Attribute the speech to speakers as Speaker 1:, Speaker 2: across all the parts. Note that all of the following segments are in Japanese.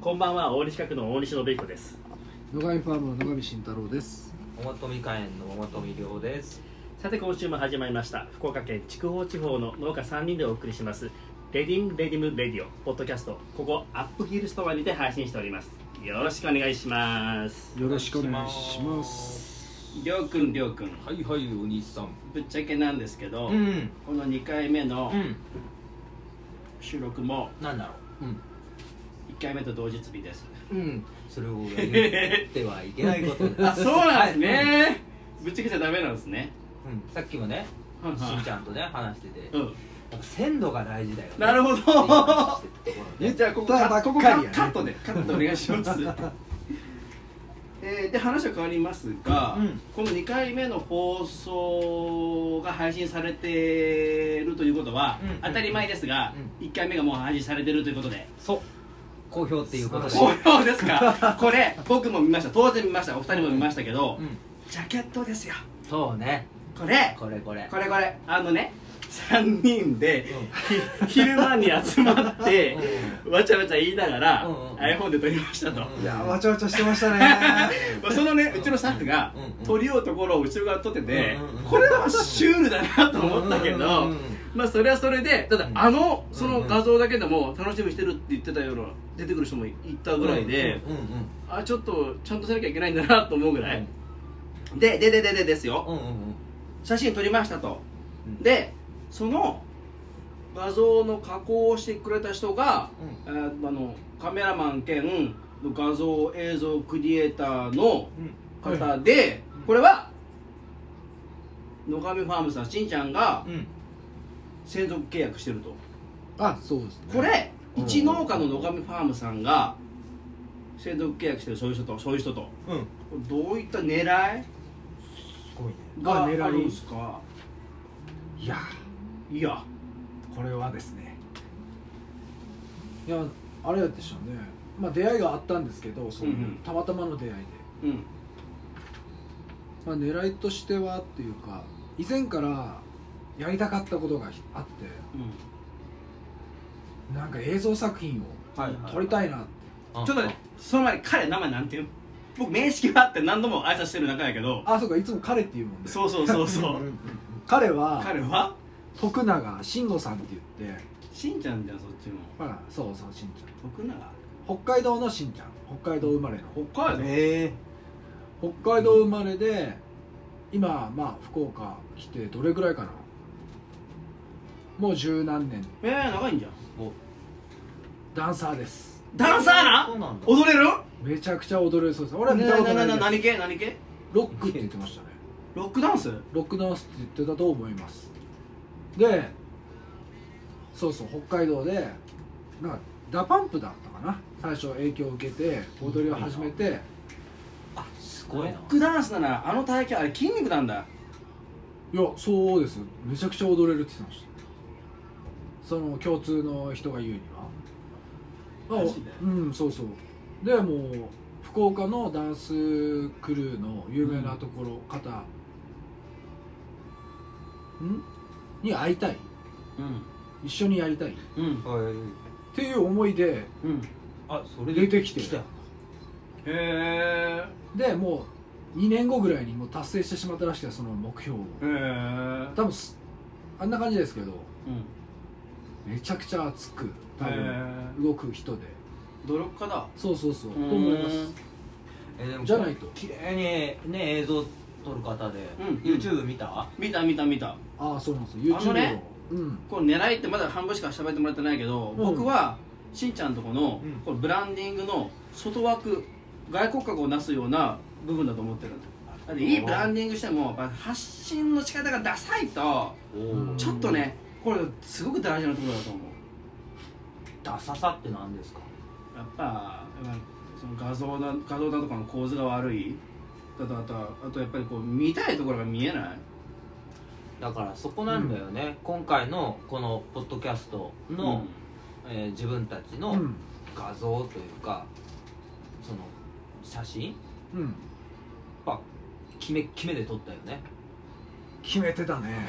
Speaker 1: こんばんは大西区の大西信彦です
Speaker 2: 野上ファームの野上慎太郎です。
Speaker 3: 桃富果園の桃富亮です。
Speaker 1: さて今週も始まりました福岡県筑豊地方の農家3人でお送りしますレディムレディムレディオポッドキャストここアップヒルストアにて配信しておりますよろしくお願いします
Speaker 2: よろしくお願いします。
Speaker 1: りょうくんりょうくん
Speaker 3: はいはい、お兄さん。
Speaker 1: ぶっちゃけなんですけど、
Speaker 3: うん。
Speaker 1: この2回目の
Speaker 3: うん。
Speaker 1: 収録も
Speaker 3: なんだろう。
Speaker 1: 1回目と同日日です
Speaker 3: うん。うん。それをやってはいけないこと で
Speaker 1: あそうなんです
Speaker 3: はいうん
Speaker 1: ね、ぶっちゃけちゃダメなんですね
Speaker 3: うん。さっきもね、
Speaker 1: はい
Speaker 3: しん
Speaker 1: は
Speaker 3: ちゃんとね、話してて、
Speaker 1: いうん
Speaker 3: やっぱ鮮度が大事だよね。
Speaker 1: なるほ
Speaker 3: って
Speaker 1: ど
Speaker 3: いう話
Speaker 2: 言
Speaker 3: してたところね
Speaker 2: っ
Speaker 1: じゃあここ
Speaker 2: た
Speaker 1: カ
Speaker 2: ばっか
Speaker 1: ここ
Speaker 2: り
Speaker 1: カ
Speaker 2: やね
Speaker 1: カットでカットお願いします えーで話は変わりますが、
Speaker 3: うん
Speaker 1: この2回目の放送が配信されてるということは、
Speaker 3: うん
Speaker 1: 当たり前ですが、1回目がもう配信されてるということで
Speaker 3: そう。好評っていうことで。
Speaker 1: 好評ですかこれ僕も見ました当然見ましたお二人も見ましたけど、
Speaker 3: うん。
Speaker 1: ジャケットですよ
Speaker 3: そうね。
Speaker 1: これ
Speaker 3: これこれ。
Speaker 1: これこれあのね3人で
Speaker 3: うん
Speaker 1: ひ昼間に集まって
Speaker 3: う
Speaker 1: わちゃわちゃ言いながら
Speaker 3: うんうん
Speaker 1: iPhone で撮りましたと、
Speaker 3: うん
Speaker 2: いやーわちゃわちゃしてましたね。
Speaker 1: まあそのねうちのスタッフが
Speaker 3: うんうん
Speaker 1: 撮りようところを後ろ側撮ってて
Speaker 3: うんうんうん
Speaker 1: これはシュールだなと思ったけど
Speaker 3: うんうんうん
Speaker 1: まあそれはそれでただ
Speaker 3: うん
Speaker 1: あのそ
Speaker 3: うん
Speaker 1: の
Speaker 3: うん
Speaker 1: 画像だけでも楽しみにしてるって言ってたような出てくる人もいたぐらいで
Speaker 3: うんうんうん
Speaker 1: あちょっとちゃんとしなきゃいけないんだなと思うぐらい
Speaker 3: うん
Speaker 1: でででででですよ
Speaker 3: うんうんうん。
Speaker 1: 写真撮りましたと
Speaker 3: うん
Speaker 1: でその画像の加工をしてくれた人が、えーあのカメラマン兼画像映像クリエイターの
Speaker 3: うん。
Speaker 1: 方で、これは野上ファームさんしんちゃんが
Speaker 3: うん。
Speaker 1: 専属契約してると
Speaker 2: あ、そうですね。
Speaker 1: これ
Speaker 3: うん
Speaker 1: 一農家の野上ファームさんが専属契約してるそういう人とそういう人と
Speaker 3: うん。
Speaker 1: どういった狙い
Speaker 3: すごいね。
Speaker 1: が
Speaker 2: あ
Speaker 1: あ
Speaker 2: 狙い
Speaker 1: るんですか
Speaker 2: いや
Speaker 1: いや
Speaker 2: ー、これはですね。いや、あれでしたね。まあ出会いがあったんですけど、そういう、
Speaker 1: うんうん
Speaker 2: たまたまの出会いで。
Speaker 1: うん
Speaker 2: まあ狙いとしてはっていうか、以前からやりたかったことがあって、
Speaker 1: うん
Speaker 2: なんか映像作品
Speaker 1: はい
Speaker 2: を撮りたいなって。
Speaker 3: うん
Speaker 1: ちょっとねその前に彼名前なんていう僕面識はあって何度も挨拶してる仲やけど
Speaker 2: あ、そうか、いつも彼っていうもんで。
Speaker 1: そうそうそうそ
Speaker 3: うんうん
Speaker 1: う
Speaker 3: うん
Speaker 2: 彼は
Speaker 1: 彼は
Speaker 2: 徳永慎吾さんって言って、
Speaker 1: しんちゃんじゃんそっちも
Speaker 2: まあそうそうしんちゃん。
Speaker 1: 徳永
Speaker 2: 北海道のしんちゃん北海道生まれの
Speaker 1: 北海道
Speaker 3: へえ
Speaker 2: 北海道生まれで今まあ福岡来てどれぐらいかなもう十何年
Speaker 1: えー、長いんじゃん
Speaker 2: ダンサーです
Speaker 1: ダンサーな
Speaker 3: そうなんだ
Speaker 1: 踊れる
Speaker 2: めちゃくちゃ踊れるそうです俺は見たこ
Speaker 1: な
Speaker 2: とな
Speaker 1: ない
Speaker 2: です
Speaker 1: 何系何系
Speaker 2: ロックって言ってましたね
Speaker 1: ロックダンス
Speaker 2: ロックダンスって言ってたと思いますでそうそう北海道でなんかダパンプだったかな最初影響を受けて踊りを始めて
Speaker 3: あす
Speaker 1: ロ
Speaker 3: ごい
Speaker 1: ッ
Speaker 3: な
Speaker 1: クダンスならあの体型あれ筋肉なんだ
Speaker 2: いやそうですよめちゃくちゃ踊れるって言ってましたその共通の人が言うには
Speaker 1: マジで
Speaker 2: うんそうそうでもう福岡のダンスクルーの有名なところ、方んに会いたい
Speaker 1: うん
Speaker 2: 一緒にやりたいっ
Speaker 1: うん
Speaker 3: はい
Speaker 2: ていう思いで
Speaker 1: うん
Speaker 3: あそれ
Speaker 2: 出てきて
Speaker 3: たよ
Speaker 1: へえ
Speaker 2: でもう2年後ぐらいにもう達成してしまったらしくてその目標を
Speaker 1: へえうん
Speaker 2: 多分すあんな感じですけどめちゃくちゃ熱く多
Speaker 1: へ
Speaker 2: 分
Speaker 1: え
Speaker 2: 動く人で
Speaker 1: 努力家だ
Speaker 2: そうそうそう
Speaker 1: う
Speaker 2: と
Speaker 1: ーん
Speaker 2: 思います
Speaker 3: えでも
Speaker 2: じゃないと
Speaker 3: 綺麗にね映像撮る方で
Speaker 1: うんうん
Speaker 3: YouTube 見た
Speaker 1: 見た見た見た
Speaker 2: ああそうなんですよ
Speaker 1: あ
Speaker 2: YouTube
Speaker 1: の
Speaker 2: を、
Speaker 1: ね
Speaker 2: うん
Speaker 1: この狙いってまだ半分しか喋ってもらってないけど、
Speaker 2: ん
Speaker 1: 僕はしんちゃんとこの,、
Speaker 3: うん
Speaker 1: このブランディングの外枠外国格をなすような部分だと思ってるだっていいブランディングしてもやっぱ発信の仕方がダサいと
Speaker 3: お
Speaker 2: う
Speaker 3: ー
Speaker 2: ん
Speaker 1: ちょっとねこれすごく大事なところだと思う
Speaker 3: ダサさって何ですか
Speaker 1: やっぱやっぱその画像だ画像だとかの構図が悪いだとあとはあとやっぱりこう見たいところが見えない
Speaker 3: だからそこなんだよね今回のこのポッドキャストのえー自分たち
Speaker 2: う
Speaker 3: の
Speaker 2: ん
Speaker 3: 画像というかその写真
Speaker 2: うん
Speaker 3: キメキメで撮ったよね
Speaker 2: 決めてたね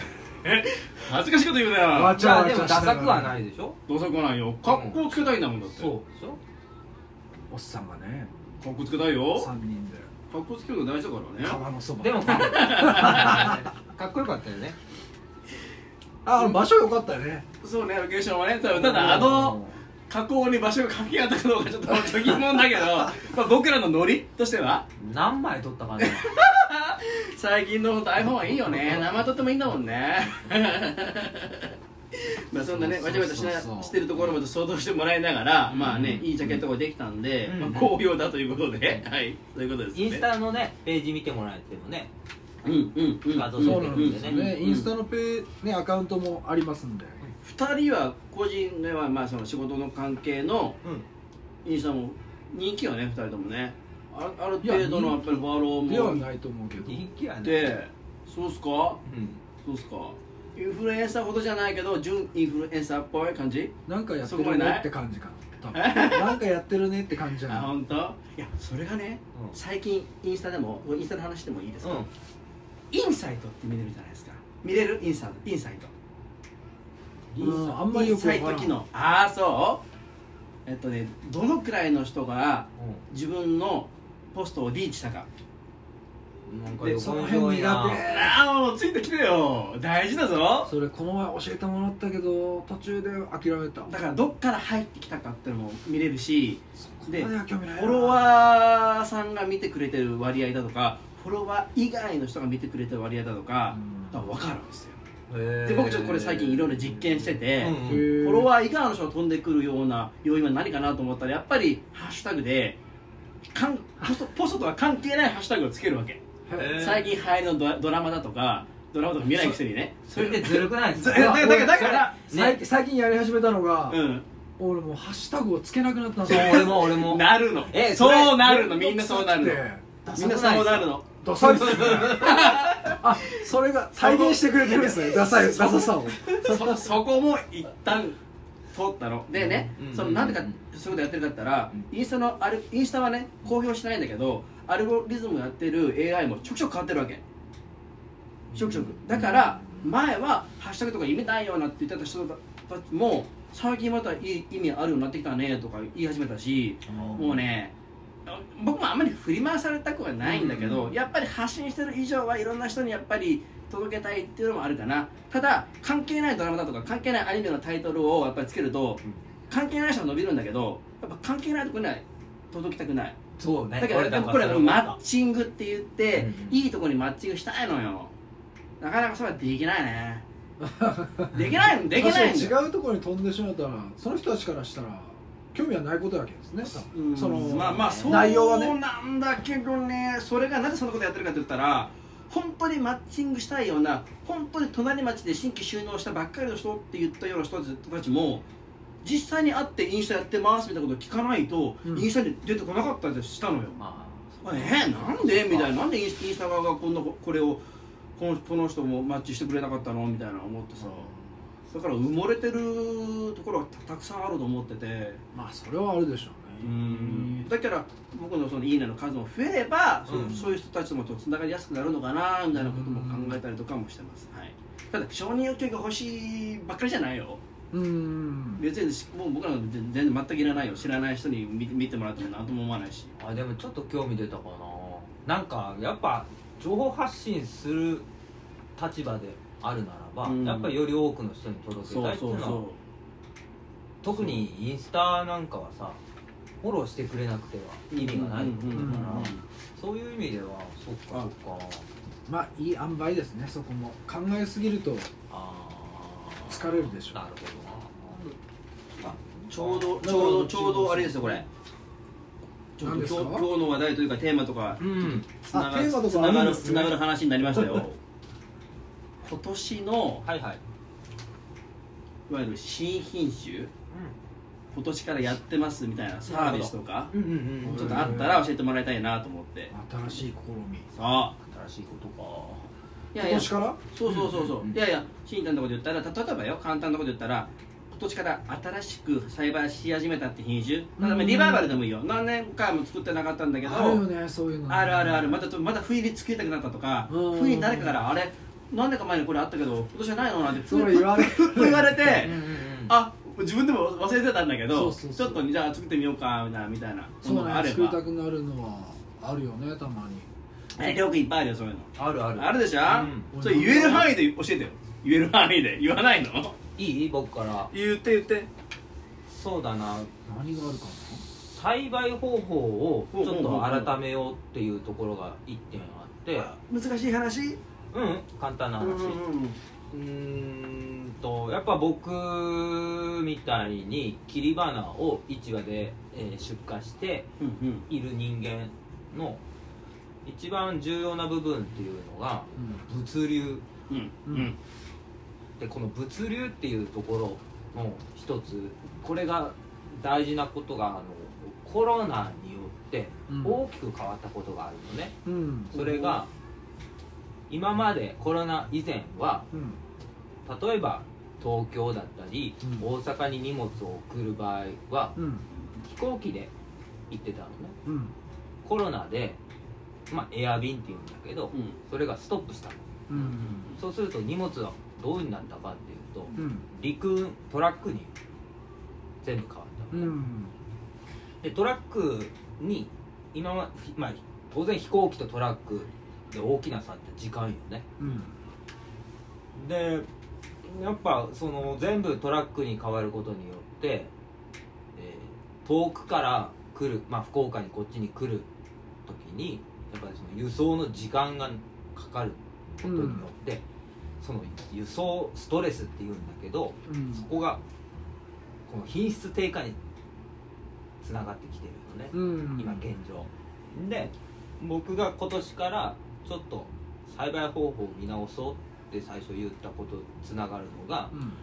Speaker 1: 恥ずかしいこと言うな
Speaker 2: わ
Speaker 1: よ
Speaker 2: ちゃわ
Speaker 3: いや
Speaker 2: ち
Speaker 3: でも
Speaker 2: ゃ
Speaker 3: ダ
Speaker 2: しながら
Speaker 3: サくはないでしょ
Speaker 1: どうせ来ないよ格好つけたいんだもんだって
Speaker 3: そうでしょ
Speaker 2: おっさんがね
Speaker 1: かっこつけたいよ
Speaker 2: 3人で
Speaker 1: かっこつけるの大事だからね
Speaker 2: 川のそば
Speaker 3: でもかっこよかったよね
Speaker 2: ああ場所良かったよね
Speaker 1: そうねロケーションはねただただあの加工に場所が関係あったかどうかちょっと疑問だけどまあ僕らのノリとしては
Speaker 3: 何枚撮ったかね
Speaker 1: 最近の本当 iPhone はいいよね生撮ってもいいんだもんねまあそんなね
Speaker 3: そう
Speaker 1: わ
Speaker 3: そ
Speaker 1: ちゃ
Speaker 3: う
Speaker 1: わちゃしな
Speaker 3: そうそう
Speaker 1: してるところまで想像してもらいながら、
Speaker 3: うん
Speaker 1: まあねいいジャケットができたんで、
Speaker 3: うん
Speaker 1: まあ、好評だということで、 はいそういうことですね
Speaker 3: インスタのねページ見てもらえてもね
Speaker 1: うんうんうん
Speaker 3: 画像
Speaker 1: うん
Speaker 3: 出
Speaker 2: そ
Speaker 3: て
Speaker 2: う
Speaker 3: く
Speaker 2: な
Speaker 3: る
Speaker 2: んで
Speaker 3: んですね
Speaker 2: よね
Speaker 1: うん
Speaker 2: インスタのペねアカウントもありますんで
Speaker 1: 2人は個人ではまあその仕事の関係のインスタも人気よね2人ともねあある程度のやっぱりフォロ
Speaker 2: では
Speaker 1: ーも
Speaker 2: ないと思うけど
Speaker 3: 人気や
Speaker 1: あっ
Speaker 3: ね
Speaker 1: てそうっすか
Speaker 3: うん
Speaker 1: そうっすかインフルエンサーほどじゃないけど純インフルエンサーっぽい感じ
Speaker 2: なんかやって
Speaker 1: そこま
Speaker 2: る
Speaker 1: でな
Speaker 2: ね
Speaker 1: い
Speaker 2: って感じかな多分なんかやってるねって感じじゃ
Speaker 1: あ
Speaker 2: ない
Speaker 1: 本当？いやそれがね
Speaker 3: うん
Speaker 1: 最近インスタでもインスタの話でもいいですか、
Speaker 3: うん
Speaker 1: インサイトって見れるじゃないですか見れるインサイトインサイト
Speaker 2: うんあんまりよくわから
Speaker 1: インサイト機
Speaker 2: ん
Speaker 1: 能ああそうえっとねどのくらいの人が自分のポストをリーチしたか
Speaker 3: うんなんか
Speaker 1: で
Speaker 3: 横に広いな
Speaker 2: その辺苦
Speaker 1: ああもうついてきてよ大事だぞ
Speaker 2: それこの前教えてもらったけど途中で諦めた
Speaker 1: だからどっから入ってきたかっていうのも見れるし
Speaker 2: そこまでは興味ないな
Speaker 1: フォロワーさんが見てくれてる割合だとかフォロワー以外の人が見てくれてる割合だとか
Speaker 2: うん
Speaker 1: が分かるんですよで
Speaker 3: で
Speaker 1: 僕ちょっとこれ最近いろいろ実験してて、
Speaker 3: うん
Speaker 2: へー
Speaker 1: フォロワー以外の人が飛んでくるような要因は何かなと思ったらやっぱりハッシュタグでかんポストポストとは関係ないハッシュタグをつけるわけ
Speaker 2: へ
Speaker 3: えー
Speaker 1: 最近流行りのドラドラマだとかドラマとか見ないくせにね
Speaker 3: それでずるくないです
Speaker 1: ず
Speaker 3: か
Speaker 1: だからだからだ
Speaker 3: それ
Speaker 1: から
Speaker 2: 最近最近やり始めたのが、
Speaker 1: うん
Speaker 2: 俺もうハッシュタグをつけなくなったん
Speaker 3: そう俺も俺も
Speaker 1: なるの
Speaker 3: えそれ
Speaker 1: そうなるのみんなそうなるのみんなそうなるの
Speaker 2: ダサいっすねあそれが体現してくれてるん ですねダサいダサさを
Speaker 1: そそこも一旦通ったのでね、
Speaker 3: うん
Speaker 1: そのなんでかそういうことやってるかって言ったら、
Speaker 3: う
Speaker 1: インスタのあれインスタはね公表しないんだけどアルゴリズムやってる AI もちょくちょく変わってるわけちょくちょくだから前はハッシュタグとか意味ないよなって言ってた人たちも最近またいい意味あるようになってきたねとか言い始めたしもうね僕もあんまり振り回されたくはないんだけど、やっぱり発信してる以上はいろんな人にやっぱり届けたいっていうのもあるかなただ関係ないドラマだとか関係ないアニメのタイトルをやっぱりつけると、
Speaker 3: うん
Speaker 1: 関係ない人は伸びるんだけどやっぱ関係ないとこには届きたくない
Speaker 3: そうね
Speaker 1: だけどでもこれはマッチングって言って、
Speaker 3: うん
Speaker 1: いいとこにマッチングしたいのよなかなかそれはできない ねできないのできないんだよ
Speaker 2: 確かに違うところに飛んでしまったらその人たちからしたら興味はないことだけですね多分
Speaker 1: うん
Speaker 2: その
Speaker 1: まあまあそう
Speaker 2: 内容はね
Speaker 1: なんだけどねそれがなぜそんなことやってるかって言ったら本当にマッチングしたいような本当に隣町で新規収納したばっかりの人って言ったような人たちも実際に会ってインスタやってますみたいなこと聞かないと、
Speaker 2: うん
Speaker 1: インスタに出てこなかったりしたのよ
Speaker 3: ま
Speaker 1: えー、なんでみたいななんでインスインスタ側がこんなここれをこのこの人もマッチしてくれなかったのみたいな思ってさだから埋もれてるところがたたくさんあると思ってて
Speaker 2: まあそれはあるでしょうね
Speaker 1: だから僕のそのいいねの数も増えれば、そう
Speaker 3: うん
Speaker 1: そういう人たちともとつながりやすくなるのかなみたいなことも考えたりとかもしてます、はい、ただ承認欲求が欲しいばっかりじゃないよ
Speaker 2: うん
Speaker 1: 別にしもう僕らの全然全くいらないよ知らない人に見て見てもらっても何とも思わないし
Speaker 3: ああでもちょっと興味出たかななんかやっぱ情報発信する立場であるならば、
Speaker 1: うん
Speaker 3: やっぱりより多くの人に届けたいっていうのは特にインスタなんかはさフォローしてくれなくては意味がないと思うか
Speaker 2: うん
Speaker 3: ら、
Speaker 2: うんうん
Speaker 3: そういう意味ではそっかそっか
Speaker 2: まあいい塩梅ですねそこも考えすぎると
Speaker 3: あー
Speaker 2: 疲れるでしょ
Speaker 3: なるほどな
Speaker 1: ちょうどちょうどちょうどあれですよこれちょっと
Speaker 2: 何
Speaker 1: 今日
Speaker 2: ですか
Speaker 1: 今日の話題というかテーマとか
Speaker 3: うん
Speaker 1: つなが
Speaker 2: テーマとかあ
Speaker 1: つなが
Speaker 2: るん
Speaker 1: る
Speaker 2: です
Speaker 1: つ
Speaker 2: ね
Speaker 1: ながる話になりました よ今年の
Speaker 3: はいはい、
Speaker 1: いわゆる新品種今年からやってますみたいなサービスとか
Speaker 3: うん、うんう
Speaker 2: ほ
Speaker 3: ん
Speaker 2: ど
Speaker 1: ちょっとあったら教えてもらいたいなと思って
Speaker 2: 新しい試み
Speaker 1: さあ
Speaker 3: 新しいことか
Speaker 1: い
Speaker 2: 今年から
Speaker 1: そうそうそうそう、
Speaker 3: うんうん
Speaker 1: いやいや新たなこと言ったら例えばよ簡単なこと言ったら今年から新しく栽培し始めたって品種まあ
Speaker 2: うん
Speaker 1: リバイバルでもいいよ何年間も作ってなかったんだけど
Speaker 2: あるよねそういうのね
Speaker 1: あるあるあるまたまた不意に作りたくなったとか
Speaker 2: うん
Speaker 1: 不意に誰かからあれ何年か前にこれあったけど今年はないのなんて
Speaker 2: それ言われ
Speaker 1: ふっふっふっ言われて
Speaker 3: うんうんうん
Speaker 1: あ自分でも忘れてたんだけ
Speaker 2: そ
Speaker 1: ど
Speaker 2: うそうそう
Speaker 1: ちょっとじゃあ作ってみようかみたいなみたいな
Speaker 2: そう
Speaker 1: ものがあ
Speaker 2: ね
Speaker 1: れ
Speaker 2: 作り
Speaker 1: ば
Speaker 2: たくなるのはあるよねたまに
Speaker 1: えりょうくんいっぱいあるよそういうの
Speaker 3: あるある
Speaker 1: あるでしょ、
Speaker 2: うん
Speaker 1: それ言える範囲で教えてよ言える範囲で言わないの
Speaker 3: いい僕から
Speaker 1: 言って言って
Speaker 3: そうだな
Speaker 2: 何があるか
Speaker 3: 栽培方法をちょっと改めようっていうところが1点あって
Speaker 1: 難しい話
Speaker 3: うん簡単な話うーんとやっぱ僕みたいに切り花を市場で、えー出荷して
Speaker 1: うん
Speaker 3: いる人間の一番重要な部分っていうのが物流
Speaker 1: うんうん
Speaker 2: うん
Speaker 1: うん
Speaker 3: でこの物流っていうところの一つこれが大事なことがあのコロナによって
Speaker 2: うん
Speaker 3: 大きく変わったことがあるのね、
Speaker 2: うんうん
Speaker 3: それが今までコロナ以前は
Speaker 2: うん
Speaker 3: 例えば東京だったり、
Speaker 2: うん
Speaker 3: 大阪に荷物を送る場合は
Speaker 2: うん
Speaker 3: 飛行機で行ってたのね
Speaker 2: うん
Speaker 3: コロナでまあエア便っていうんだけど
Speaker 1: うん
Speaker 3: それがストップしたの
Speaker 2: うん
Speaker 3: そうすると荷物はどうになったかっていうと
Speaker 2: うん
Speaker 3: 陸運トラックに全部変わった
Speaker 2: う
Speaker 3: のね、
Speaker 2: ん
Speaker 3: でトラックに今は、まあ、当然飛行機とトラックで大きな差って時間よね
Speaker 2: うん
Speaker 3: でやっぱその全部トラックに変わることによって、えー遠くから来る、まあ、福岡にこっちに来る時にやっぱりその輸送の時間がかかることによって、その輸送ストレスっていうんだけど
Speaker 2: うん
Speaker 3: そこがこの品質低下につながってきてるのね、
Speaker 2: うん
Speaker 3: 今現状で僕が今年からちょっと栽培方法を見直そうって最初言ったことつながるのが
Speaker 2: うん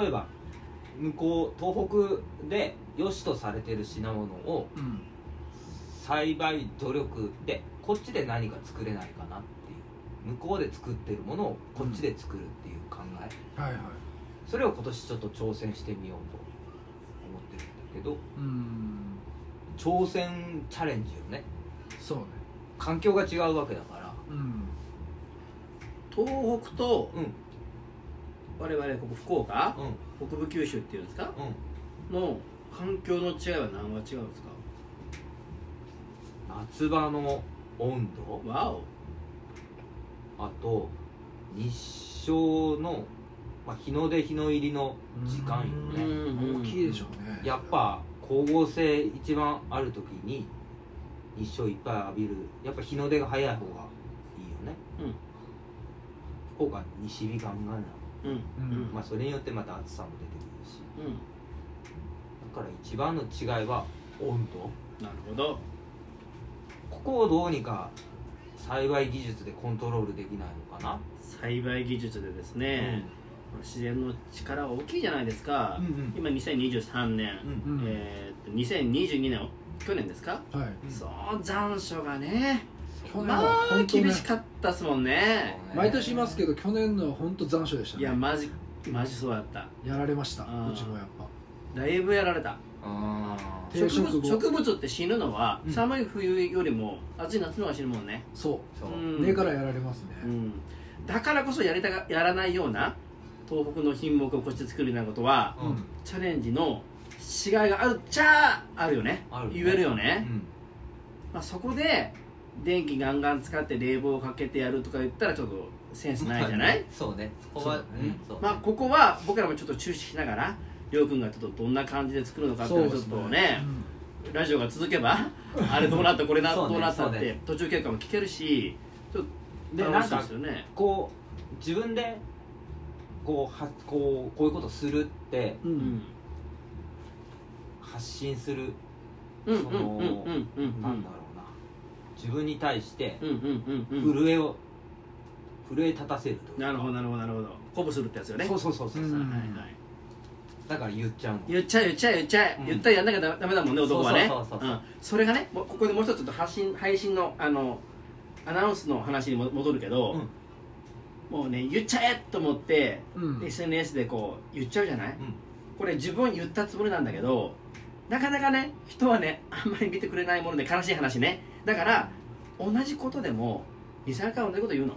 Speaker 3: 例えば向こう東北で良しとされてる品物を
Speaker 2: うん
Speaker 3: 栽培努力でこっちで何か作れないかなっていう向こうで作ってるものをこっちで作るっていう考え
Speaker 2: はいはい
Speaker 3: それを今年ちょっと挑戦してみようと思ってるんだ
Speaker 2: うん
Speaker 3: けど挑戦チャレンジよね
Speaker 2: そうね
Speaker 3: 環境が違うわけだから
Speaker 2: うん
Speaker 1: 東北と
Speaker 3: うん
Speaker 1: 我々ここ福岡
Speaker 3: うん
Speaker 1: 北部九州っていうんですか
Speaker 3: うん
Speaker 1: の環境の違いは何は違うんですか
Speaker 3: 夏場の温度
Speaker 1: わお
Speaker 3: あと日照の、まあ、日の出日の入りの時間よね
Speaker 2: 大きいでしょうね
Speaker 3: やっぱ光合成一番ある時に日照いっぱい浴びるやっぱ日の出が早い方がいいよね、
Speaker 1: うん
Speaker 3: 福岡西日ガンガンなの、
Speaker 1: うんうんうん
Speaker 3: まあ、それによってまた暑さも出てくる
Speaker 1: う
Speaker 3: し
Speaker 1: ん
Speaker 3: だから一番の違いは温度
Speaker 1: なるほど
Speaker 3: ここをどうにか栽培技術でコントロールできないのかな、
Speaker 1: 栽培技術でですね、自然の力は大きいじゃないですか、
Speaker 3: うんうん
Speaker 1: 今2023年、
Speaker 3: うん
Speaker 2: うん
Speaker 1: えーっと2022年去年ですか、
Speaker 2: はい
Speaker 3: うん
Speaker 1: そう残暑がね
Speaker 2: 去年
Speaker 1: ま
Speaker 2: は
Speaker 1: あ
Speaker 2: 本当
Speaker 1: 厳
Speaker 2: ね
Speaker 1: しかったっすもんね
Speaker 2: 毎年いますけど去年のは本当残暑でした
Speaker 1: いや
Speaker 2: ね
Speaker 1: マジマジそうだった
Speaker 2: やられました
Speaker 1: あー
Speaker 2: うちもやっぱ
Speaker 1: だいぶやられた
Speaker 3: あ
Speaker 1: 植
Speaker 2: 定食後
Speaker 1: 物植物って死ぬのは、
Speaker 3: うん
Speaker 1: 寒い冬よりも暑い夏の方が死ぬもんね、
Speaker 2: そう
Speaker 3: そうう、
Speaker 1: ん
Speaker 2: 根からやられます
Speaker 1: う
Speaker 2: ね
Speaker 1: ん、だからこそやりたがやらないような東北の品目をこっちで作るようなことは
Speaker 3: うん
Speaker 1: チャレンジの違いがあるっちゃあるよね
Speaker 3: ある
Speaker 1: 言えるよ
Speaker 3: う
Speaker 1: ね、
Speaker 3: ん
Speaker 1: まあ、そこで電気ガンガン使って冷房をかけてやるとか言ったらちょっとセンスないじゃない、
Speaker 3: そうねそこは
Speaker 2: そうだね
Speaker 3: うんそうね
Speaker 1: まあ、ここは僕らもちょっと注視しながらりょうくんがちょっとどんな感じで作るのかっていうのはちょっとねラジオが続けば あれどうなったこれな、
Speaker 3: そうね
Speaker 1: どうなったっ
Speaker 3: そう
Speaker 1: て
Speaker 3: ね
Speaker 1: 途中経過も聞けるしちょっ
Speaker 3: で
Speaker 1: と
Speaker 3: な
Speaker 1: 楽
Speaker 3: ん
Speaker 1: しいで
Speaker 3: か
Speaker 1: すよね
Speaker 3: こう自分でこうはこうこういうことするって
Speaker 2: うんう
Speaker 1: うんん
Speaker 3: 発信する
Speaker 1: うんうん
Speaker 3: そ
Speaker 1: うんう
Speaker 3: の
Speaker 1: んうんうん
Speaker 3: なんだろうな自分に対して
Speaker 1: うんうんうんうん
Speaker 3: 震えを震え立たせるという
Speaker 1: なるほどなるほどなるほど鼓舞するってやつよね
Speaker 3: そうそうそうそう
Speaker 2: うん
Speaker 1: はいはいはい
Speaker 3: だから言っちゃうの
Speaker 1: 言っちゃえ言っちゃえ言っちゃえ、
Speaker 3: うん
Speaker 1: 言ったらやんなきゃダメだもんね男はね
Speaker 3: そうそうそうそう
Speaker 1: うんそれがねもうここでもう一つちょっと発信配信のあのアナウンスの話にも戻るけど、
Speaker 3: うん
Speaker 1: もうね言っちゃえと思って、
Speaker 2: うん
Speaker 1: SNS でこう言っちゃうじゃない、
Speaker 3: ん
Speaker 1: これ自分言ったつもりなんだけどなかなかね人はねあんまり見てくれないもので悲しい話ねだから同じことでも23回同じこと言うの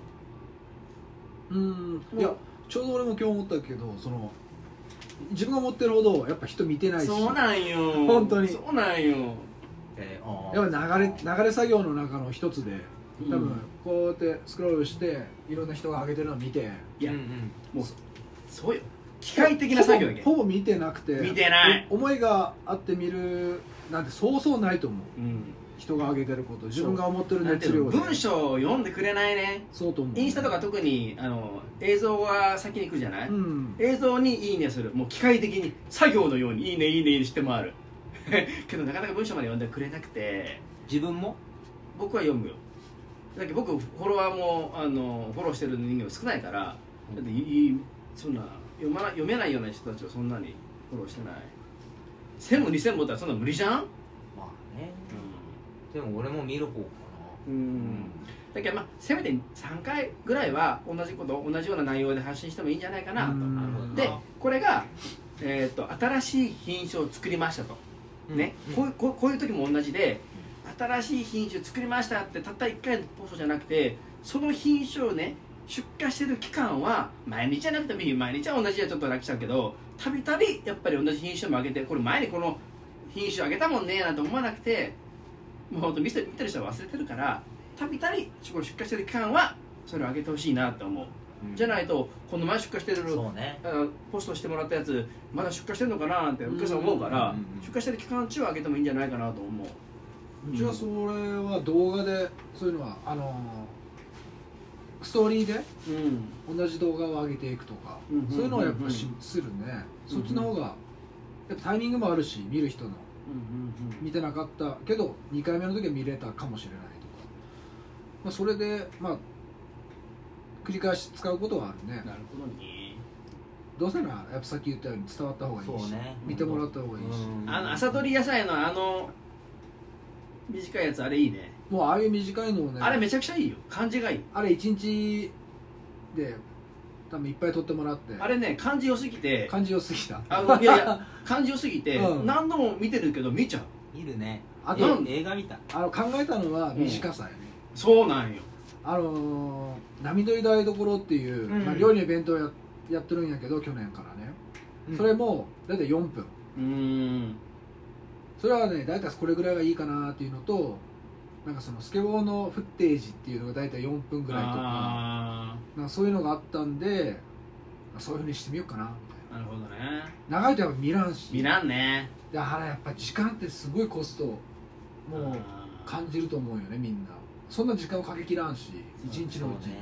Speaker 2: うんいやちょうど俺も今日思ったけどその自分が持ってるほどやっぱ人見てないし
Speaker 1: そうなんよ
Speaker 2: 本当に
Speaker 1: そうなんよ
Speaker 3: えーあ
Speaker 2: や
Speaker 3: ー
Speaker 2: っぱ流れ流れ作業の中の一つで多
Speaker 1: うん
Speaker 2: 分こうやってスクロールしていろんな人が上げてるのを見て
Speaker 1: いや
Speaker 3: うんうん
Speaker 1: もうそうよ機械的な作業だけ
Speaker 2: ほぼほぼ見てなくて
Speaker 1: 見てない
Speaker 2: お思いがあって見るなんてそうそうないと思う
Speaker 1: うん
Speaker 2: 人が上げてること自分が思ってる
Speaker 1: なんてい
Speaker 2: 熱
Speaker 1: う
Speaker 2: 量
Speaker 1: の
Speaker 2: で
Speaker 1: 文章を読んでくれないね
Speaker 2: そうと思う
Speaker 1: インスタとか特にあの映像が先に行くじゃない、
Speaker 2: うん
Speaker 1: 映像にいいねするもう機械的に作業のようにいいねいいねいいねして回る けどなかなか文章まで読んでくれなくて
Speaker 3: 自分も
Speaker 1: 僕は読むよだけど僕フォロワーもあのフォローしてる人間も少ないから
Speaker 3: うん
Speaker 1: だっていいそんな読まな読めないような人たちをそんなにフォローしてない1000も2000もったらそんな無理じゃん
Speaker 3: まあねでも俺も見る方かな
Speaker 1: うん、だけどまあせめて3回ぐらいは同じこと同じような内容で発信してもいいんじゃないかなと
Speaker 2: うん
Speaker 3: なるほどな
Speaker 1: でこれが、えー、と新しい品種を作りましたと、
Speaker 3: うん
Speaker 1: ね
Speaker 3: うん
Speaker 1: こういうこうこういう時も同じで新しい品種作りましたってたった1回のポストじゃなくてその品種をね出荷してる期間は毎日じゃなくてもいいよ毎日は同じやちょっと楽しちゃうけどたびたびやっぱり同じ品種もあげてこれ前にこの品種あげたもんねなんて思わなくてもうほんと見て見てる人は忘れてるからたびたび出荷してる期間はそれをあげてほしいなと思う
Speaker 3: うん
Speaker 1: じゃないとこの前出荷してる
Speaker 3: そうね
Speaker 1: あのポストしてもらったやつまだ出荷してんのかなって
Speaker 2: うん
Speaker 1: お客さん思うから、
Speaker 3: うんうんうん
Speaker 1: 出荷してる期間中はあげてもいいんじゃないかなと思う
Speaker 2: うちはそれは動画でそういうのはあのーストーリーで
Speaker 1: うん
Speaker 2: 同じ動画を上げていくとか、
Speaker 1: うんうんうんうん
Speaker 2: そういうのはやっぱしするね、そっちの方がやっぱタイミングもあるし見る人の見てなかったけど2回目の時は見れたかもしれないとか、まあ、それでまあ繰り返し使うことはあるね
Speaker 1: なるほどね
Speaker 2: どうせならやっぱさっき言ったように伝わった方がいい
Speaker 3: そう
Speaker 2: し、
Speaker 3: ね
Speaker 2: 見てもらった方がいいし、
Speaker 3: うん
Speaker 1: あの朝取り野菜のあの短いやつあれいいね
Speaker 2: もうああいう短いのをね
Speaker 1: あれめちゃくちゃいいよ漢字がいい
Speaker 2: あれ1日で多分いっぱい撮ってもらって
Speaker 1: あれね漢字良すぎて
Speaker 2: 感じ良すぎた
Speaker 1: あのいやいや漢字良すぎて、
Speaker 2: うん
Speaker 1: 何度も見てるけど見ちゃう
Speaker 3: 見るね
Speaker 2: あ
Speaker 1: な
Speaker 2: と
Speaker 1: ん
Speaker 3: え映画見た
Speaker 2: あの考えたのは短さやね、
Speaker 1: そうなんよ
Speaker 2: あのー波乗り台所っていう、
Speaker 3: うん
Speaker 2: まあ、料理の弁当ややってるんやけど去年からね、それも大体4分
Speaker 1: うーん
Speaker 2: それはね大体これぐらいがいいかなっていうのとなんかそのスケボーのフッテージっていうのが大体4分ぐらいとか
Speaker 1: あ
Speaker 2: なんかそういうのがあったんでまあそういうふうにしてみようかなみたい
Speaker 1: ーなるほどね
Speaker 2: な長いとやっぱ見らんし
Speaker 1: 見らんね
Speaker 2: であれやっぱ時間ってすごいコストもう
Speaker 1: あー
Speaker 2: 感じると思うよねみんなそんな時間をかけきらんし一日のうち
Speaker 3: そう
Speaker 2: に
Speaker 3: ね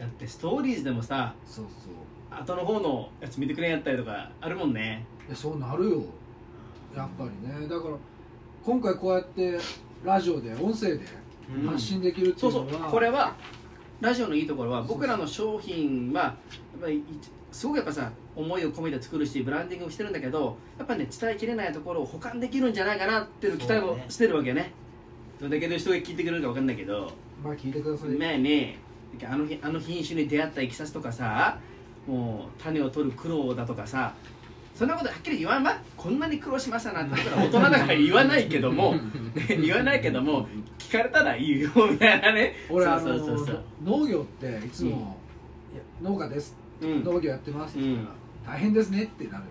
Speaker 1: だってストーリーズでもさ
Speaker 2: そうそう
Speaker 1: 後の方のやつ見てくれんやったりとかあるもんね
Speaker 2: いやそうなるよやっぱりねだから今回こうやってラジオで音声で
Speaker 3: うん
Speaker 2: 発信できるって
Speaker 1: そ
Speaker 2: いううの
Speaker 1: そ
Speaker 2: は、
Speaker 1: うこれはラジオのいいところは
Speaker 2: そうそう
Speaker 1: 僕らの商品はやっぱりいすごくやっぱさ思いを込めて作るしブランディングをしてるんだけどやっぱね伝えきれないところを保管できるんじゃないかなっていう期待
Speaker 3: そう
Speaker 1: を
Speaker 3: ね
Speaker 1: してるわけねどれだけの人が聞いてくれるか分かんないけど
Speaker 2: まあ聞いてくださいよ、
Speaker 1: 前ねあの日あの品種に出会ったいきさつとかさもう種を取る苦労だとかさそんなことはっきり言わんばこんなに苦労しましたなんて僕ら大人だから言わないけどもね 言わないけども聞かれたらいいよみたいなね
Speaker 2: 俺あの
Speaker 1: そうそうそうそう
Speaker 2: 農業っていつも、
Speaker 1: うん
Speaker 2: いや農家です、
Speaker 1: うん
Speaker 2: 農業やってますって言ったら、大変ですねってなる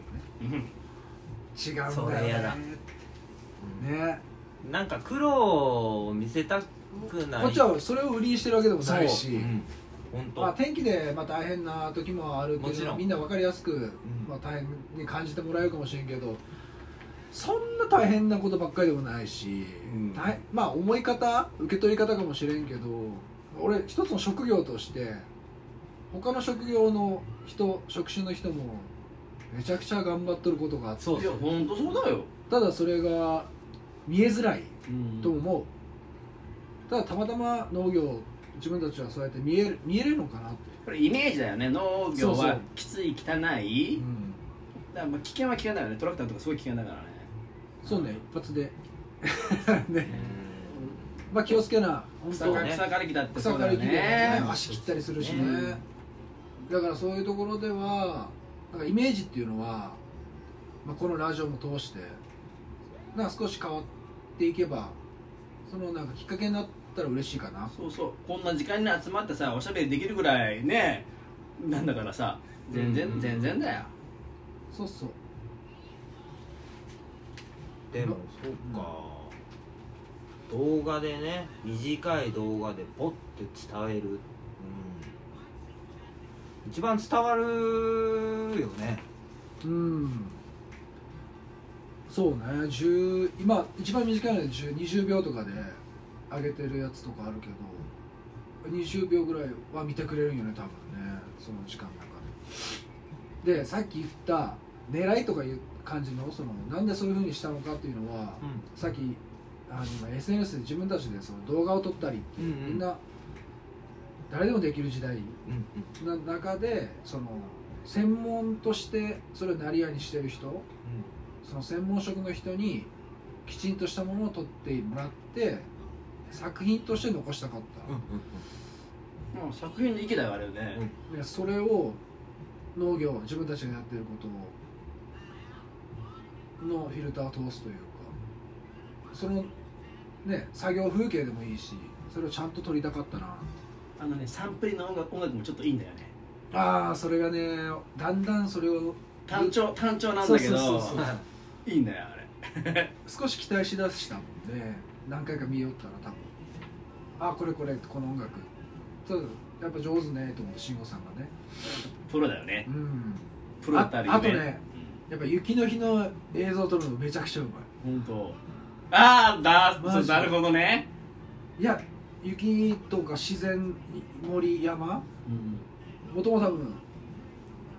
Speaker 2: よ
Speaker 1: うん
Speaker 2: ね違うんだよね
Speaker 3: それ嫌だ
Speaker 2: ね
Speaker 3: なんか苦労を見せたくない
Speaker 2: こっちはそれを売りにしてるわけでもないし、
Speaker 3: 本当、
Speaker 2: まあ、天気でまあ大変な時もあるけ
Speaker 3: もちろ
Speaker 2: ど
Speaker 3: ん
Speaker 2: みんな分かりやすく、まあ、大変に感じてもらえるかもしれんけどそんな大変なことばっかりでもないし、
Speaker 3: うん
Speaker 2: 大まあ思い方受け取り方かもしれんけど俺一つの職業として他の職業の人職種の人もめちゃくちゃ頑張っとることがあって
Speaker 3: そう
Speaker 1: いやほんとそうだよ、
Speaker 2: ただそれが見えづらいと思う、ただたまたま農業自分たちはそうやって見える見えるのかなって、
Speaker 1: これイメージだよね農業
Speaker 2: そうそう
Speaker 1: はきつい汚い
Speaker 2: うん
Speaker 1: だからまあ危険は危険だよねトラクターとかすごい危険だからね
Speaker 2: そうね一発で ね
Speaker 3: うん
Speaker 2: まあ気をつけな本
Speaker 1: 草
Speaker 2: 当
Speaker 1: 刈
Speaker 3: ね
Speaker 1: り草刈り機だって
Speaker 2: 草
Speaker 1: そうだ
Speaker 2: 刈
Speaker 1: よ
Speaker 2: り機でね
Speaker 1: ね
Speaker 2: 足切ったりするし
Speaker 3: う
Speaker 2: ね
Speaker 3: ん
Speaker 2: だからそういうところではなんかイメージっていうのは、まあ、このラジオも通してなんか少し変わっていけばそのなんかきっかけになったら嬉しいかな
Speaker 1: そうそうこんな時間に集まってさおしゃべりできるぐらいねなんだからさ全然、
Speaker 3: うん
Speaker 1: 全然だよ
Speaker 2: そうそう
Speaker 3: でもそうか動画でね短い動画でポッて伝える、うん、一番伝わるよね
Speaker 2: うんそうね10今一番短いので10 20秒とかで上げてるやつとかあるけど20秒ぐらいは見てくれるんよね多分ねその時間の中ででさっき言った狙いとかいう感じのそのなんでそういうふうにしたのかっていうのは、さっきあの今 SNS で自分たちでその動画を撮ったり
Speaker 3: うん
Speaker 2: みんな誰でもできる時代
Speaker 3: うんうん
Speaker 2: な中でその専門としてそれをなりやにしてる人その専門職の人にきちんとしたものを取ってもらって作品として残したかっ
Speaker 3: うん
Speaker 1: もう作品の域だよあれね、
Speaker 3: うん
Speaker 2: た、でそれを農業自分たちがやってることをのフィルターを通すというかそのね作業風景でもいいしそれをちゃんと撮りたかったな
Speaker 1: あのねサンプリの音楽音楽もちょっといいんだよね
Speaker 2: ああそれがねだんだんそれを
Speaker 1: 単調単調なんだけど
Speaker 2: そうそうそうそう
Speaker 1: いいんだよあれ
Speaker 2: 少し期待しだしたもんね何回か見よったら多分あこれこれこの音楽ちょっとやっぱ上手ねと思って慎吾さんがね
Speaker 4: プロだよね
Speaker 2: うん
Speaker 1: プロだったり
Speaker 2: ああとねやっぱ雪の日の映像を撮るのめちゃくちゃうま
Speaker 1: 本当ああだ
Speaker 2: マジ
Speaker 1: そうなるほどね、
Speaker 2: いいや雪とか自然森山
Speaker 1: うん、
Speaker 2: 元も多分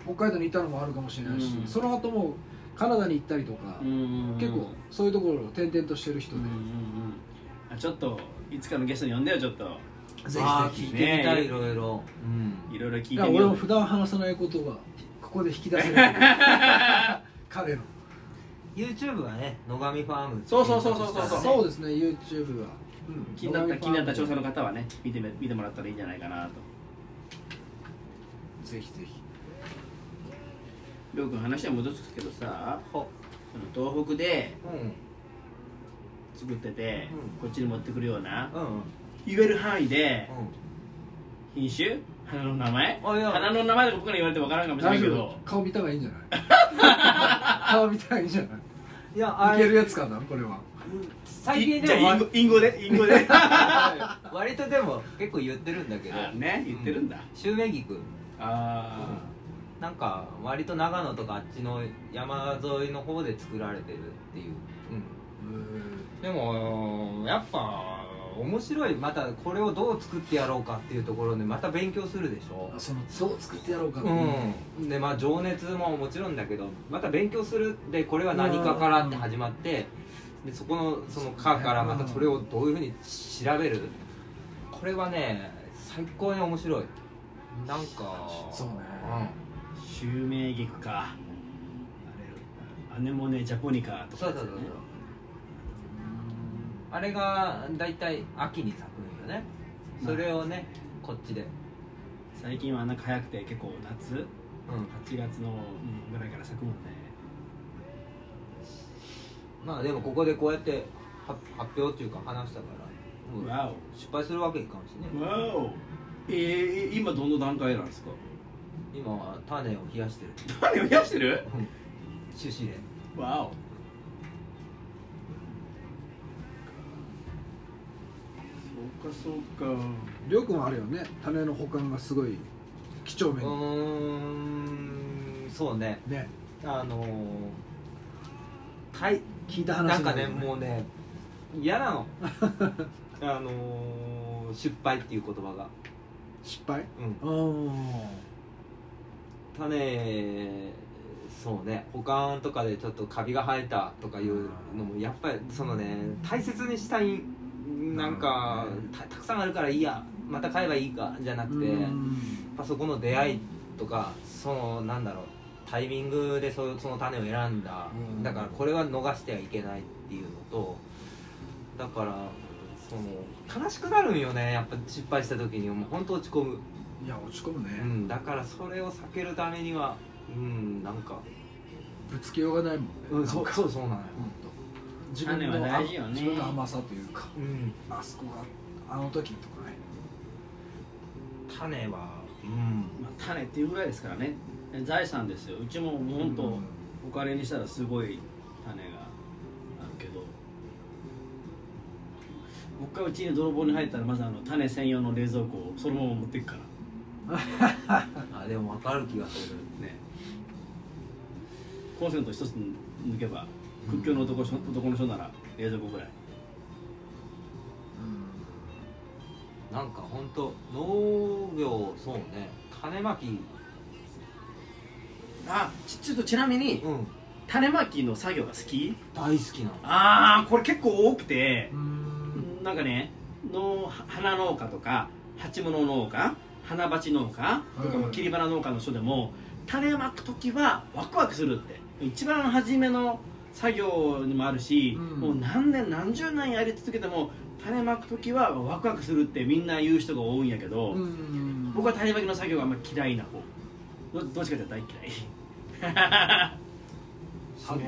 Speaker 2: 北海道に行ったのもあるかもしれないし、
Speaker 1: うん
Speaker 2: その後もカナダに行ったりとか、結構そういうところを転々としてる人
Speaker 1: うん
Speaker 2: で
Speaker 1: うん、うんあちょっといつかのゲストに呼んでよちょっと
Speaker 2: ぜ
Speaker 3: あー
Speaker 2: ひぜ
Speaker 3: 聞い
Speaker 2: ひ
Speaker 3: てみたいいろいろ
Speaker 1: いろいろ聞
Speaker 2: い
Speaker 1: いて
Speaker 2: や
Speaker 1: み
Speaker 2: 俺
Speaker 1: よ
Speaker 2: も
Speaker 1: う
Speaker 2: 普段話さないことがここで引き出せ る彼の
Speaker 3: YouTube はね野上ファーム
Speaker 1: そうそうそうそうそう
Speaker 2: そうですね YouTube は、うん
Speaker 1: 気になった気になった調査の
Speaker 2: ぜ
Speaker 1: 方はね見てみ見てもらったらいいんじゃないかなと
Speaker 2: ひぜひ
Speaker 1: りょうくん話は戻すけどさ
Speaker 3: ほ
Speaker 1: その東北で
Speaker 3: うん
Speaker 1: 作ってて、
Speaker 3: うん
Speaker 1: こっちに持ってくるような
Speaker 3: うんうん
Speaker 1: 言える範囲で品種花の名前
Speaker 3: あいや
Speaker 1: 花の名前とか僕ら言われてわからんかもしれないけど
Speaker 2: 顔見た方がいいんじゃない顔見た方がいいん じゃない
Speaker 3: いやあ
Speaker 2: いけ
Speaker 3: れ
Speaker 2: るやつかなこれは
Speaker 3: 最
Speaker 1: い
Speaker 3: 近
Speaker 1: じゃ
Speaker 3: でも
Speaker 1: あインゴインゴでインゴで
Speaker 3: 割とでも結構言ってるんだけど
Speaker 1: あね言ってるんだ、
Speaker 3: シュウメギ君
Speaker 1: あ
Speaker 3: なんか割と長野とかあっちの山沿いの方で作られてるっていう、うん、でもやっぱ面白いまたこれをどう作ってやろうかっていうところでまた勉強するでしょ
Speaker 2: あそのどう作ってやろうかっていう
Speaker 3: うんでまあ情熱ももちろんだけどまた勉強するでこれは何かからって始まってでそこのその科からまたそれをどういうふうに調べるこれはね最高に面白いなんか
Speaker 2: そうね
Speaker 3: うん
Speaker 1: あ襲名菊かあれアネモネジャポニカとかですよね
Speaker 3: そうそうそうそうあれが大体秋に咲くんよねそれをねこっちで、
Speaker 1: 最近はなんか早くて結構夏
Speaker 3: うん、
Speaker 1: 8月のうんぐらいから咲くもんね
Speaker 3: まあでもここでこうやっては発表っていうか話したからもう
Speaker 1: わ
Speaker 3: 失敗するわけいかんしね
Speaker 1: おわおえー、今どの段階なんですか
Speaker 3: 今は種を冷やしてる
Speaker 1: 種を増やしてる
Speaker 3: 種子で
Speaker 1: わおそうかそうか
Speaker 2: りょうくんはあれよね種の保管がすごい几帳
Speaker 3: う
Speaker 2: 面に
Speaker 3: ーんそうね
Speaker 2: ね
Speaker 3: あのー、はい
Speaker 2: 聞いた話
Speaker 3: なん
Speaker 2: に
Speaker 3: か
Speaker 2: る
Speaker 3: ね
Speaker 2: よ
Speaker 3: もうね嫌なの あのー、失敗っていう言葉が
Speaker 2: 失敗
Speaker 3: うん
Speaker 2: うん
Speaker 3: 種そうね保管とかでちょっとカビが生えたとかいうのもやっぱりそのね大切にしたいなんかたたくさんあるからいいやまた買えばいいかじゃなくてやっぱそこの出会いとかそのなんだろうタイミングでそその種を選んだ
Speaker 2: うん
Speaker 3: だからこれは逃してはいけないっていうのとだからその悲しくなるんよねやっぱ失敗した時にもう本当落ち込む。
Speaker 2: いや落ち込むね、
Speaker 3: うん、だからそれを避けるためにはうんなんか、
Speaker 2: ぶつけようがないもんね、
Speaker 3: うん、そう
Speaker 2: なんか
Speaker 3: そうそうなのよ、
Speaker 2: ほんと自
Speaker 1: 種は大事よね
Speaker 2: 自分の甘さというか
Speaker 3: うん、
Speaker 2: あそこがあの時とかね
Speaker 3: 種はうん
Speaker 1: まあ、種っていうぐらいですからね財産ですようちももう本当、
Speaker 2: うん
Speaker 1: お金にしたらすごい種があるけど僕がうちに泥棒に入ったらまずあの種専用の冷蔵庫をそのまま持っていくから
Speaker 3: あでも分かる気がする
Speaker 1: ねコンセント一つ抜けば屈強の男,、男の人なら冷蔵庫ぐらい
Speaker 3: なんか本当農業そうね種まき
Speaker 1: あちちょっとちなみに
Speaker 3: うん
Speaker 1: 種まきの作業が好き
Speaker 3: 大好きなの
Speaker 1: ああこれ結構多くて
Speaker 2: う、ん
Speaker 1: なんかねの花農家とか鉢物農家花鉢農家とか
Speaker 2: う
Speaker 1: も
Speaker 2: ん
Speaker 1: 切り花農家の人でも種まく時はワクワクするって一番初めの作業にもあるし、
Speaker 2: うん
Speaker 1: もう何年何十年やり続けても種まく時はワクワクするってみんな言う人が多いんやけど、
Speaker 2: うん
Speaker 1: 僕は種まきの作業があんま嫌いな方どどっちかというと大嫌いあ
Speaker 2: そうね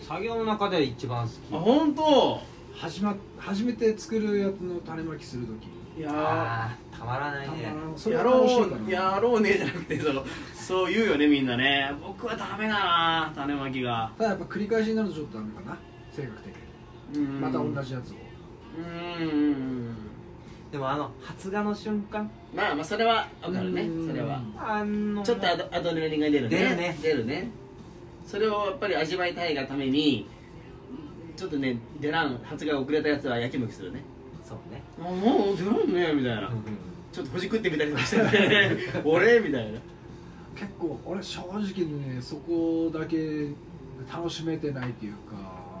Speaker 3: 作業の中で一番好き
Speaker 1: 本当
Speaker 2: 始ま初めて作るやつの種まきするとき
Speaker 1: いやー
Speaker 3: あーたまらないね
Speaker 2: それ
Speaker 1: や
Speaker 2: は楽しい
Speaker 1: ろ
Speaker 2: かな
Speaker 1: うやろうねじゃなくてそのそう言うよねみんなね僕はダメだな種まきが
Speaker 2: ただやっぱ繰り返しになるとちょっとダメかな性格的に
Speaker 1: うん
Speaker 2: また同じやつを
Speaker 1: うん
Speaker 3: でもあの発芽の瞬間
Speaker 1: まあまあそれは分かるね
Speaker 2: うん
Speaker 1: それは
Speaker 3: あの
Speaker 1: ちょっとアドアドレナリンが出るね
Speaker 3: 出るね
Speaker 1: 出るねそれをやっぱり味わいたいがためにちょっとね出らん発芽遅れたやつはやきもきするね
Speaker 3: そうね
Speaker 1: あもう出らんねみたいなちょっとほじくってみたりとかしてね俺みたいな
Speaker 2: 結構俺正直ねそこだけ楽しめてないという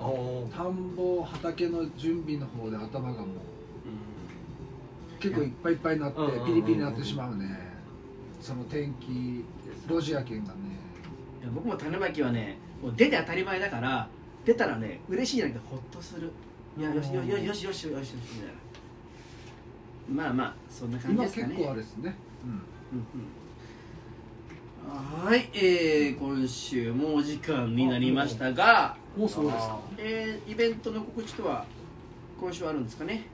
Speaker 3: お
Speaker 2: か
Speaker 3: お
Speaker 2: 田んぼ畑の準備の方で頭がもう結構いっぱいいっぱいになって
Speaker 3: うん
Speaker 2: ピリピリになってしまうねその天気ロシア圏がね
Speaker 1: いや僕も種まきはねもう出て当たり前だから出たらね嬉しいじゃなくてほっとするいやよしよしよしよしよしよしよしみたいなまあまあそんな感じ
Speaker 2: 今
Speaker 1: です
Speaker 2: 結
Speaker 1: かね
Speaker 2: 構あれですねうん
Speaker 1: うんうんはいえー、今週もお時間になりましたが、
Speaker 2: もうそうですか
Speaker 3: あ
Speaker 1: えー、イベントの告知とは今週はあるんですかね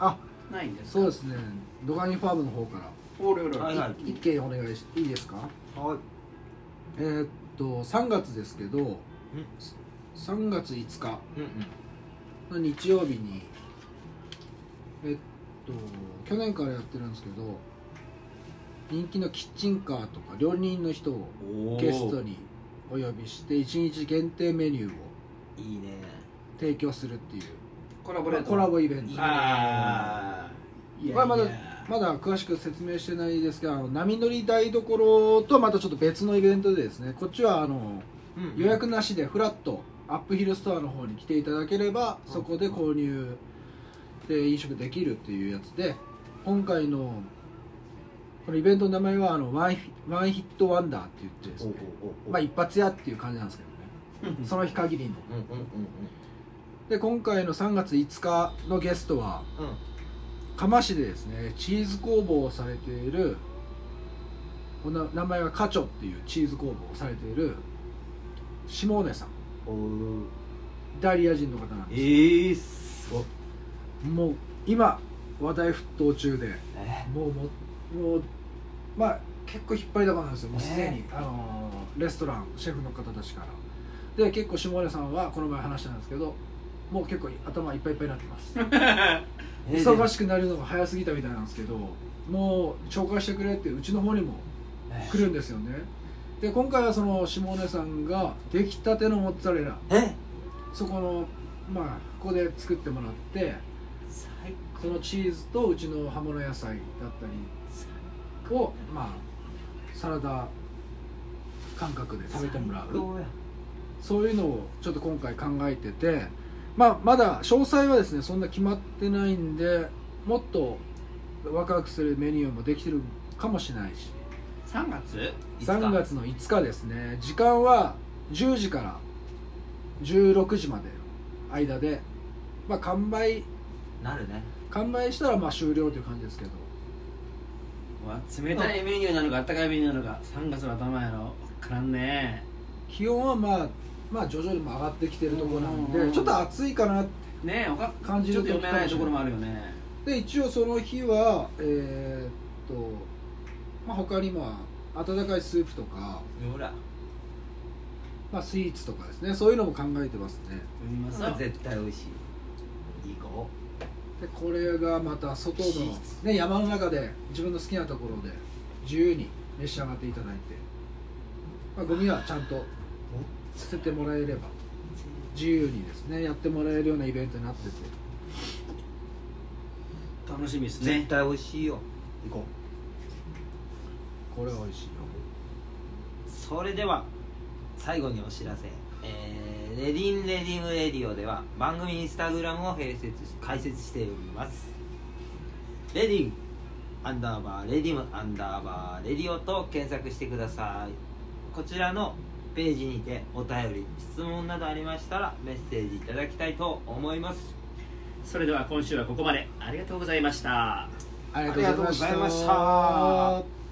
Speaker 2: あ
Speaker 1: ないんですか
Speaker 2: そうですねドガニファームの方から
Speaker 1: おるおる
Speaker 3: はいはい
Speaker 2: 一件お願いしいいですか
Speaker 3: はい
Speaker 2: えーっと3月ですけど3月5日
Speaker 3: うんうん
Speaker 2: の日曜日にえっと去年からやってるんですけど人気のキッチンカーとか料理人の人を
Speaker 3: おー
Speaker 2: ゲストにお呼びして1日限定メニューを
Speaker 3: いいね
Speaker 2: 提供するっていう
Speaker 1: コラボレート
Speaker 2: コラボイベント
Speaker 3: いいね
Speaker 1: あーいや
Speaker 2: ま あまだ
Speaker 1: いや
Speaker 2: まだ詳しく説明してないですがあの波乗り台所とはまたちょっと別のイベントでですねこっちはあの
Speaker 3: うんうん
Speaker 2: 予約なしでフラットアップヒルストアの方に来ていただければ
Speaker 3: うん
Speaker 2: そこで購入で飲食できるっていうやつで今回のこのイベントの名前はあのワンヒワンヒットワンダーって言ってです
Speaker 3: おうお
Speaker 2: ね
Speaker 3: うおうおう
Speaker 2: まあ一発屋っていう感じなんですけどねその日限りの
Speaker 3: うんうん
Speaker 2: で今回の3月5日のゲストは
Speaker 3: うんうん
Speaker 2: 嘉麻市でですねチーズ工房をされているおな名前はカチョっていうチーズ工房をされている下根さん
Speaker 3: うんおう
Speaker 2: イタリア人の方なんです
Speaker 3: ええすごっ
Speaker 2: もう今話題沸騰中で
Speaker 3: え
Speaker 2: もうもうもうまあ結構引っ張りだこなんですよもうすでに
Speaker 3: ね、
Speaker 2: あのーレストランシェフの方たちからで結構下根さんはこの前話したんですけどもう結構頭いっぱいいっぱいになってます
Speaker 3: え
Speaker 2: 忙しくなるのが早すぎたみたいなんですけどもう紹介してくれってうちの方にも来るんですよねで今回はその下根さんが出来たてのモッツァレラ
Speaker 3: え
Speaker 2: そこのまあここで作ってもらって
Speaker 3: 最
Speaker 2: そのチーズとうちの葉物野菜だったりをまあサラダ感覚で食べてもらう
Speaker 3: 高や
Speaker 2: そういうのをちょっと今回考えてて、まあ、まだ詳細はですねそんな決まってないんでもっとワクワクするメニューもできてるかもしれないし
Speaker 1: 3月
Speaker 3: いつか
Speaker 2: 3月の5日ですね時間は10時から16時までの間で、まあ、完売
Speaker 3: なるね
Speaker 2: 完売したらまあ終了という感じですけど
Speaker 1: わ冷たいメニューなのかあったかいメニューなのか3月の頭やろわからんね
Speaker 2: 気温はまあまあ徐々にも上がってきてるところなん
Speaker 1: うんうんう
Speaker 2: で
Speaker 1: ん
Speaker 2: ちょっと暑いかな
Speaker 1: ねえ他
Speaker 2: 感じ
Speaker 1: ちょ
Speaker 2: る
Speaker 1: っと
Speaker 2: 時
Speaker 1: 読めないところもあるよね
Speaker 2: で一応その日はえーっと、まあ、他にまあ温かいスープとか
Speaker 3: ほら
Speaker 2: あまあ、スイーツとかですねそういうのも考えてますね
Speaker 1: 今さ
Speaker 3: 絶対美味しいいい子
Speaker 2: でこれがまた外の、ね、山の中で自分の好きなところで自由に召し上がっていただいて、まあ、ゴミはちゃんと捨ててもらえれば自由にですねやってもらえるようなイベントになってて
Speaker 1: 楽しみです
Speaker 3: 絶
Speaker 1: ね
Speaker 3: 対美味しいよ行こ
Speaker 2: これは美味しいよ
Speaker 3: うそれでは最後にお知らせえーレディンレディムレディオでは番組インスタグラムを併設し開設しておりますレディンアンダーバーレディムアンダーバーレディオと検索してくださいこちらのページにてお便り質問などありましたらメッセージいただきたいと思います
Speaker 4: それでは今週はここまでありがとうございました
Speaker 2: ありがとうございました
Speaker 3: ありがとうございました